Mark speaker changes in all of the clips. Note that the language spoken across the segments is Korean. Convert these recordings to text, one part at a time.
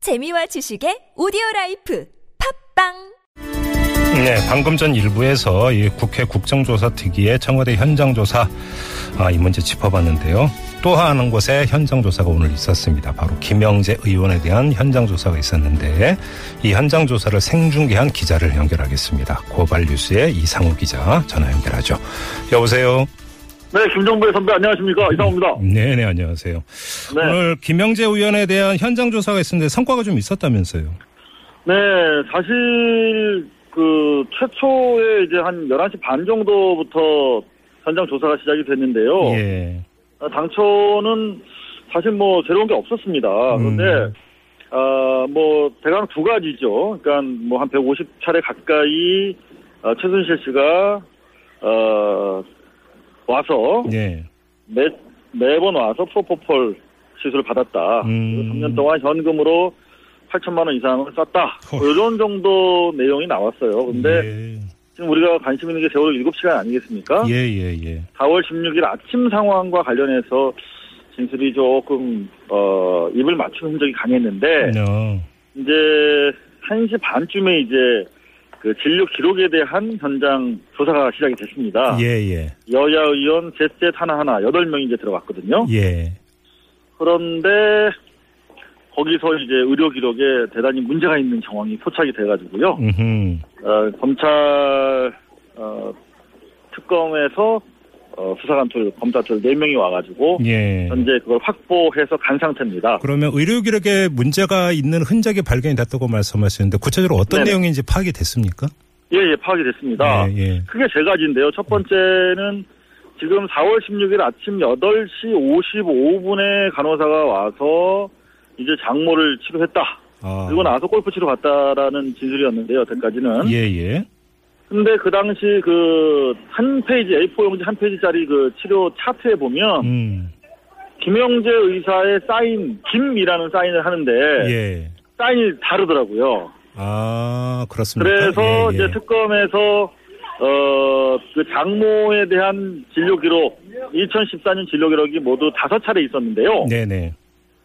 Speaker 1: 재미와 지식의 오디오 라이프 팝빵
Speaker 2: 네, 방금 전 일부에서 이 국회 국정조사 특위의 청와대 현장조사 아, 이 문제 짚어봤는데요. 또 하는 곳에 현장조사가 오늘 있었습니다. 바로 김영재 의원에 대한 현장조사가 있었는데 이 현장조사를 생중계한 기자를 연결하겠습니다. 고발뉴스의 이상우 기자 전화 연결하죠. 여보세요.
Speaker 3: 네, 김정부의 선배 안녕하십니까 이상호입니다.
Speaker 2: 네, 네, 안녕하세요.
Speaker 3: 네,
Speaker 2: 오늘 김영재 의원에 대한 현장조사가 있었는데 성과가 좀 있었다면서요.
Speaker 3: 네 사실 그 최초에 이제 한 11시 반 정도부터 현장 조사가 시작이 됐는데요.
Speaker 2: 예.
Speaker 3: 아, 당초는 사실 뭐 새로운 게 없었습니다.
Speaker 2: 음.
Speaker 3: 그런데 아, 뭐 대강 두 가지죠. 그러니까 뭐 한 150차례 가까이 아, 최순실 씨가 어, 와서
Speaker 2: 예.
Speaker 3: 매, 매번 와서 프로포폴 시술을 받았다.
Speaker 2: 음.
Speaker 3: 3년 동안 현금으로 8천만 원 이상을 썼다.
Speaker 2: 헐.
Speaker 3: 뭐 이런 정도 내용이 나왔어요. 근데
Speaker 2: 예.
Speaker 3: 지금 우리가 관심 있는 게 세월호 7시간 아니겠습니까?
Speaker 2: 예, 예, 예.
Speaker 3: 4월 16일 아침 상황과 관련해서 진술이 조금 어, 입을 맞춘 흔적이 강했는데
Speaker 2: 어,
Speaker 3: 이제 1시 반쯤에 이제 그 진료 기록에 대한 현장 조사가 시작이 됐습니다.
Speaker 2: 예, 예.
Speaker 3: 여야 의원 제셋 하나하나 8명이 이제 들어갔거든요.
Speaker 2: 예.
Speaker 3: 그런데 거기서 이제 의료 기록에 대단히 문제가 있는 정황이 포착이 돼가지고요.
Speaker 2: 음.
Speaker 3: 어, 검찰 어, 특검에서 어, 수사관들, 검사들 4명이 와가지고
Speaker 2: 예.
Speaker 3: 현재 그걸 확보해서 간 상태입니다.
Speaker 2: 그러면 의료 기록에 문제가 있는 흔적이 발견이 됐다고 말씀하셨는데 구체적으로 어떤
Speaker 3: 네네.
Speaker 2: 내용인지 파악이 됐습니까?
Speaker 3: 예, 예, 파악이 됐습니다.
Speaker 2: 예, 예.
Speaker 3: 크게 세 가지인데요. 첫 번째는 지금 4월 16일 아침 8시 55분에 간호사가 와서 이제 장모를 치료했다.
Speaker 2: 아.
Speaker 3: 그리고 나서 골프 치러 갔다라는 진술이었는데요, 여태까지는.
Speaker 2: 예, 예.
Speaker 3: 근데 그 당시 그 한 페이지, A4 용지 한 페이지짜리 그 치료 차트에 보면,
Speaker 2: 음.
Speaker 3: 김영재 의사의 사인, 김이라는 사인을 하는데,
Speaker 2: 예.
Speaker 3: 사인이 다르더라고요.
Speaker 2: 아, 그렇습니다.
Speaker 3: 그래서
Speaker 2: 예, 예.
Speaker 3: 이제 특검에서, 어, 그 장모에 대한 진료 기록, 2014년 진료 기록이 모두 다섯 차례 있었는데요.
Speaker 2: 네네.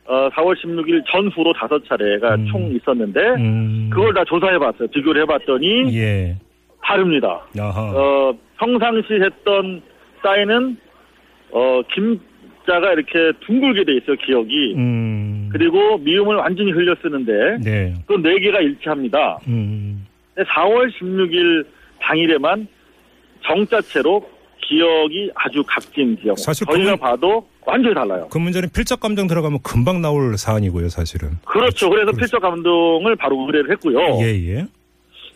Speaker 3: 어, 4월 16일 전후로 다섯 차례가
Speaker 2: 음.
Speaker 3: 총 있었는데,
Speaker 2: 음.
Speaker 3: 네. 그걸 다 조사해봤어요. 비교를 해봤더니,
Speaker 2: 예.
Speaker 3: 다릅니다.
Speaker 2: 아하.
Speaker 3: 어, 평상시 했던 사인은 어, 김자가 이렇게 둥글게 돼 있어요 기억이
Speaker 2: 음.
Speaker 3: 그리고 미음을 완전히 흘려 쓰는데
Speaker 2: 네.
Speaker 3: 그 네 개가 일치합니다.
Speaker 2: 음.
Speaker 3: 근데 4월 16일 당일에만 정자체로 기억이 아주 값진 기억.
Speaker 2: 사실
Speaker 3: 저희가
Speaker 2: 그건-
Speaker 3: 봐도 완전히 달라요.
Speaker 2: 그 문제는 필적 감정 들어가면 금방 나올 사안이고요, 사실은.
Speaker 3: 그렇죠. 그래서 필적 감동을 바로 의뢰를 했고요.
Speaker 2: 예, 예.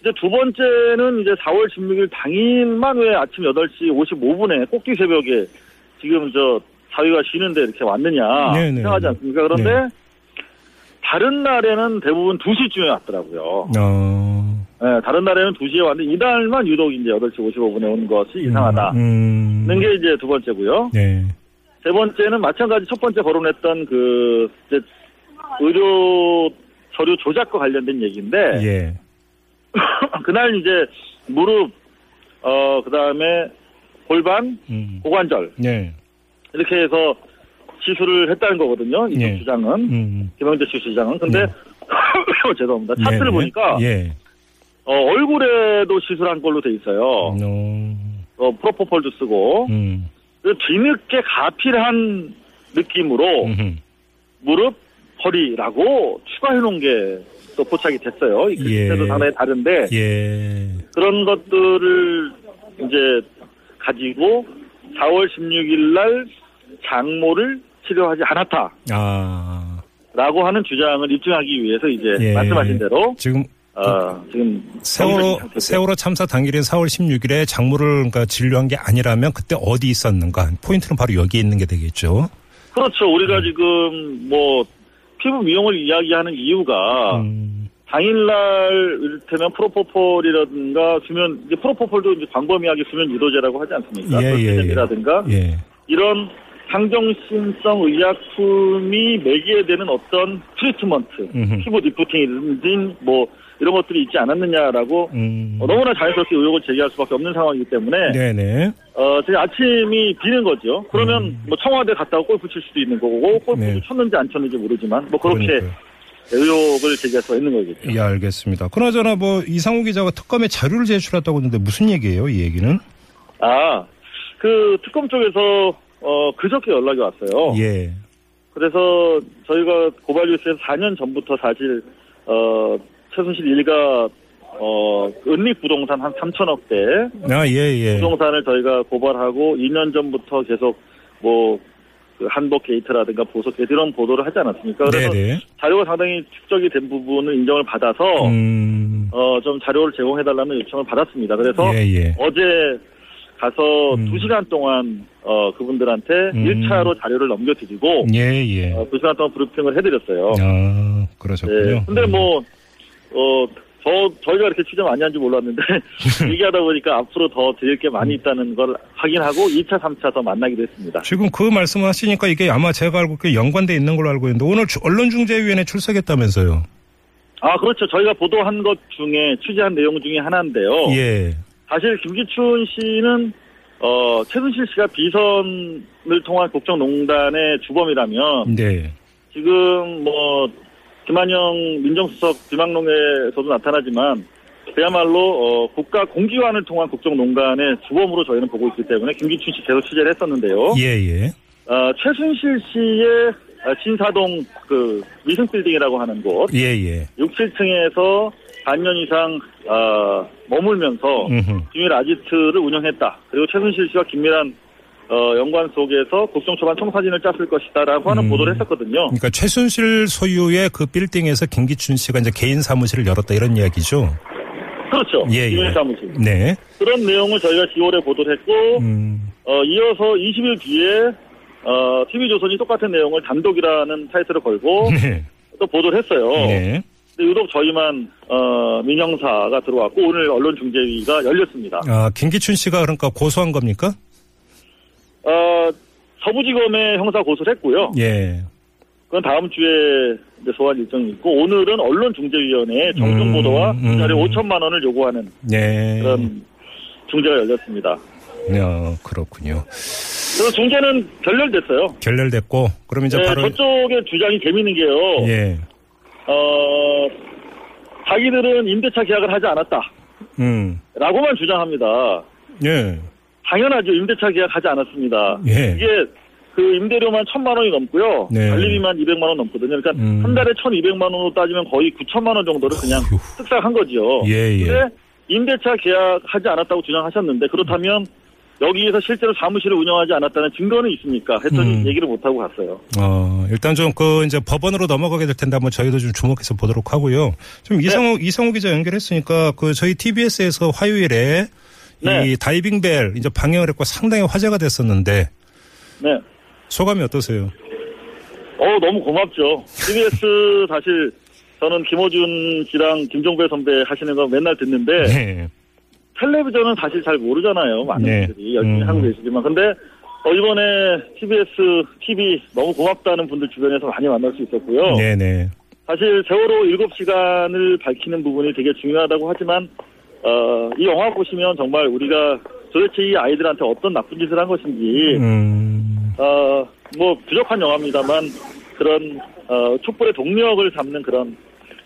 Speaker 3: 이제 두 번째는 이제 4월 16일 당일만 왜 아침 8시 55분에 꼭지 새벽에 지금 저 사위가 쉬는데 이렇게 왔느냐
Speaker 2: 네네.
Speaker 3: 생각하지 않습니까? 그런데
Speaker 2: 네.
Speaker 3: 다른 날에는 대부분 2시쯤에 왔더라고요.
Speaker 2: 어.
Speaker 3: 예, 다른 날에는 2시에 왔는데 이날만 유독 이제 8시 55분에 온 것이 이상하다는
Speaker 2: 음. 음.
Speaker 3: 게 이제 두 번째고요.
Speaker 2: 네.
Speaker 3: 세 번째는 마찬가지 첫 번째 거론했던 그 이제 의료 서류 조작과 관련된 얘기인데
Speaker 2: 예.
Speaker 3: 아, 그날 이제 무릎, 어, 그 다음에 골반,
Speaker 2: 음.
Speaker 3: 고관절,
Speaker 2: 네.
Speaker 3: 이렇게 해서 시술을 했다는 거거든요. 이
Speaker 2: 예.
Speaker 3: 주장은.
Speaker 2: 음.
Speaker 3: 김영재 씨 주장은. 근데, 죄송합니다. 차트를
Speaker 2: 네네.
Speaker 3: 보니까,
Speaker 2: 예.
Speaker 3: 어, 얼굴에도 시술한 걸로 돼 있어요.
Speaker 2: 음.
Speaker 3: 어, 프로포폴도 쓰고,
Speaker 2: 음.
Speaker 3: 그리고 뒤늦게 가필한 느낌으로
Speaker 2: 음흠.
Speaker 3: 무릎, 허리라고 추가해놓은 게 또 포착이 됐어요. 이
Speaker 2: 예.
Speaker 3: 글씨도 상당히 다른데,
Speaker 2: 예.
Speaker 3: 그런 것들을 이제 가지고 4월 16일 날 장모를 치료하지 않았다라고
Speaker 2: 아.
Speaker 3: 하는 주장을 입증하기 위해서 이제
Speaker 2: 예.
Speaker 3: 네, 말씀하신 대로
Speaker 2: 지금
Speaker 3: 어, 지금 정신
Speaker 2: 세월호
Speaker 3: 상태죠.
Speaker 2: 세월호 참사 당일인 4월 16일에 장모를 그러니까 진료한 게 아니라면 그때 어디 있었는가? 포인트는 바로 여기 있는 게 되겠죠.
Speaker 3: 그렇죠. 우리가
Speaker 2: 음.
Speaker 3: 지금 뭐 피부 미용을 이야기하는 이유가
Speaker 2: 음.
Speaker 3: 당일날 이를테면 프로포폴이라든가 수면 이제 프로포폴도 이제 광범위하게 수면 유도제라고 하지 않습니까?
Speaker 2: 예, 예, 예.
Speaker 3: 돌피제라든가
Speaker 2: 예.
Speaker 3: 이런 항정신성 의약품이 매기에 되는 어떤 트리트먼트,
Speaker 2: 음흠.
Speaker 3: 피부 리프팅이든지 뭐 이런 것들이 있지 않았느냐라고
Speaker 2: 음.
Speaker 3: 어, 너무나 자연스럽게 의혹을 제기할 수밖에 없는 상황이기 때문에
Speaker 2: 네네.
Speaker 3: 어, 제 아침이 비는 거죠. 그러면 뭐 청와대 갔다가 골프 칠 수도 있는 거고 골프도
Speaker 2: 음. 네.
Speaker 3: 쳤는지 안 쳤는지 모르지만 뭐 그렇게
Speaker 2: 그러니까요.
Speaker 3: 의혹을 제기할 수가 있는 거겠죠.
Speaker 2: 예, 알겠습니다. 그나저나 뭐 이상우 기자가 특검에 자료를 제출했다고 했는데 무슨 얘기예요? 이 얘기는?
Speaker 3: 아, 그 특검 쪽에서 어, 그저께 연락이 왔어요.
Speaker 2: 예.
Speaker 3: 그래서 저희가 고발 뉴스에서 4년 전부터 사실 어, 최순실 일가 어, 은닉 부동산 한 3천억대
Speaker 2: 아, 예, 예.
Speaker 3: 부동산을 저희가 고발하고 2년 전부터 계속 뭐그 한복 게이트라든가 보석 게이트 이런 보도를 하지 않았습니까? 그래서
Speaker 2: 네네.
Speaker 3: 자료가 상당히 축적이 된 부분은 인정을 받아서
Speaker 2: 음.
Speaker 3: 어, 좀 자료를 제공해달라는 요청을 받았습니다. 그래서
Speaker 2: 예, 예.
Speaker 3: 어제 가서
Speaker 2: 음.
Speaker 3: 두시간 동안 어, 그분들한테
Speaker 2: 음.
Speaker 3: 일차로 자료를 넘겨드리고
Speaker 2: 예, 예.
Speaker 3: 어, 2시간 동안 브리핑을 해드렸어요.
Speaker 2: 아,
Speaker 3: 네.
Speaker 2: 그러셨군요. 네.
Speaker 3: 근데 뭐, 어, 저, 저희가 이렇게 취재 많이 한지 몰랐는데, 얘기하다 보니까 앞으로 더 드릴 게 많이 있다는 걸 확인하고 2차, 3차 더 만나기로 했습니다.
Speaker 2: 지금 그 말씀을 하시니까 이게 아마 제가 알고 그 연관돼 있는 걸로 알고 있는데 오늘 주- 언론중재위원회 출석했다면서요.
Speaker 3: 아, 그렇죠. 저희가 보도한 것 중에, 취재한 내용 중에 하나인데요.
Speaker 2: 예.
Speaker 3: 사실 김기춘 씨는, 어, 최순실 씨가 비선을 통한 국정농단의 주범이라면,
Speaker 2: 네.
Speaker 3: 지금 뭐 김한영 민정수석 비망록에서도 나타나지만 그야말로 어, 국가 공기관을 통한 국정농단의 주범으로 저희는 보고 있기 때문에 김기춘 씨 계속 취재를 했었는데요.
Speaker 2: 예, 예.
Speaker 3: 어, 최순실 씨의 어, 신사동 그 위승빌딩이라고 하는 곳
Speaker 2: 예, 예.
Speaker 3: 6, 7층에서 반년 이상 어, 머물면서
Speaker 2: 음흠.
Speaker 3: 기밀 아지트를 운영했다. 그리고 최순실 씨와 긴밀한 어, 연관 속에서 국정초반 총사진을 짰을 것이다라고 하는
Speaker 2: 음.
Speaker 3: 보도를 했었거든요.
Speaker 2: 그러니까 최순실 소유의 그 빌딩에서 김기춘 씨가 이제 개인 사무실을 열었다 이런 이야기죠.
Speaker 3: 그렇죠.
Speaker 2: 예, 예.
Speaker 3: 기밀 사무실.
Speaker 2: 네.
Speaker 3: 그런 내용을 저희가 10월에 보도를 했고,
Speaker 2: 음.
Speaker 3: 어, 이어서 20일 뒤에, 어, TV조선이 똑같은 내용을 단독이라는 타이틀을 걸고,
Speaker 2: 네.
Speaker 3: 또 보도를 어. 했어요.
Speaker 2: 네.
Speaker 3: 근데 유독 저희만, 어, 민영사가 들어왔고, 오늘 언론중재위가 열렸습니다.
Speaker 2: 아, 김기춘 씨가 그러니까 고소한 겁니까?
Speaker 3: 어, 서부지검에 형사 고소를 했고요.
Speaker 2: 예.
Speaker 3: 그건 다음 주에 이제 소환 일정이 있고, 오늘은 언론중재위원회에 정정보도와 그
Speaker 2: 음, 음.
Speaker 3: 자료 5천만 원을 요구하는
Speaker 2: 네.
Speaker 3: 그런 중재가 열렸습니다.
Speaker 2: 어, 그렇군요.
Speaker 3: 그래서 중재는 결렬됐어요.
Speaker 2: 결렬됐고, 그럼 이제
Speaker 3: 네,
Speaker 2: 바로.
Speaker 3: 저쪽의 주장이 재밌는 게요.
Speaker 2: 예.
Speaker 3: 어, 자기들은 임대차 계약을 하지 않았다라고만
Speaker 2: 음.
Speaker 3: 주장합니다.
Speaker 2: 예.
Speaker 3: 당연하죠. 임대차 계약하지 않았습니다.
Speaker 2: 예.
Speaker 3: 이게 그 임대료만 천만 원이 넘고요.
Speaker 2: 네.
Speaker 3: 관리비만 200만 원 넘거든요. 그러니까
Speaker 2: 음.
Speaker 3: 한 달에 1,200만 원으로 따지면 거의 9천만 원 정도를 그냥
Speaker 2: 어휴.
Speaker 3: 쓱싹한 거지요.
Speaker 2: 예, 예.
Speaker 3: 근데 임대차 계약하지 않았다고 주장하셨는데
Speaker 2: 음.
Speaker 3: 그렇다면 여기에서 실제로 사무실을 운영하지 않았다는 증거는 있습니까? 했더니
Speaker 2: 음.
Speaker 3: 얘기를 못 하고 갔어요.
Speaker 2: 어, 일단 좀 그 이제 법원으로 넘어가게 될 텐데 한번 저희도 좀 주목해서 보도록 하고요. 좀 이성우, 이성우 기자 연결했으니까 그 저희 TBS에서 화요일에 이
Speaker 3: 네.
Speaker 2: 다이빙벨 이제 방영을 했고 상당히 화제가 됐었는데
Speaker 3: 네.
Speaker 2: 소감이 어떠세요?
Speaker 3: 어 너무 고맙죠. CBS 사실 저는 김호준 씨랑 김종배 선배 하시는 거 맨날 듣는데
Speaker 2: 네.
Speaker 3: 텔레비전은 사실 잘 모르잖아요. 많은
Speaker 2: 네.
Speaker 3: 분들이 열심히
Speaker 2: 음.
Speaker 3: 하고 계시지만 근데 어, 이번에 TBS TV 너무 고맙다는 분들 주변에서 많이 만날 수 있었고요.
Speaker 2: 네네.
Speaker 3: 사실 세월호 7시간을 밝히는 부분이 되게 중요하다고 하지만 어, 이 영화 보시면 정말 우리가 도대체 이 아이들한테 어떤 나쁜 짓을 한 것인지
Speaker 2: 음,
Speaker 3: 어, 뭐 부족한 영화입니다만 그런 어, 촛불의 동력을 담는 그런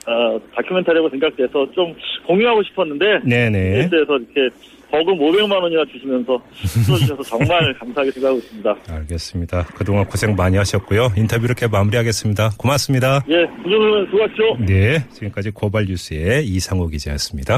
Speaker 3: 어, 다큐멘터리라고 생각돼서 좀 공유하고 싶었는데
Speaker 2: 네네.
Speaker 3: TBS에서 이렇게 버금 500만 원이나 주시면서 풀어주셔서 정말 감사하게 생각하고 있습니다.
Speaker 2: 알겠습니다. 그동안 고생 많이 하셨고요. 인터뷰 이렇게 마무리하겠습니다. 고맙습니다.
Speaker 3: 예, 김종훈 그 수고하십시오.
Speaker 2: 네. 지금까지 고발 뉴스의 이상호 기자였습니다.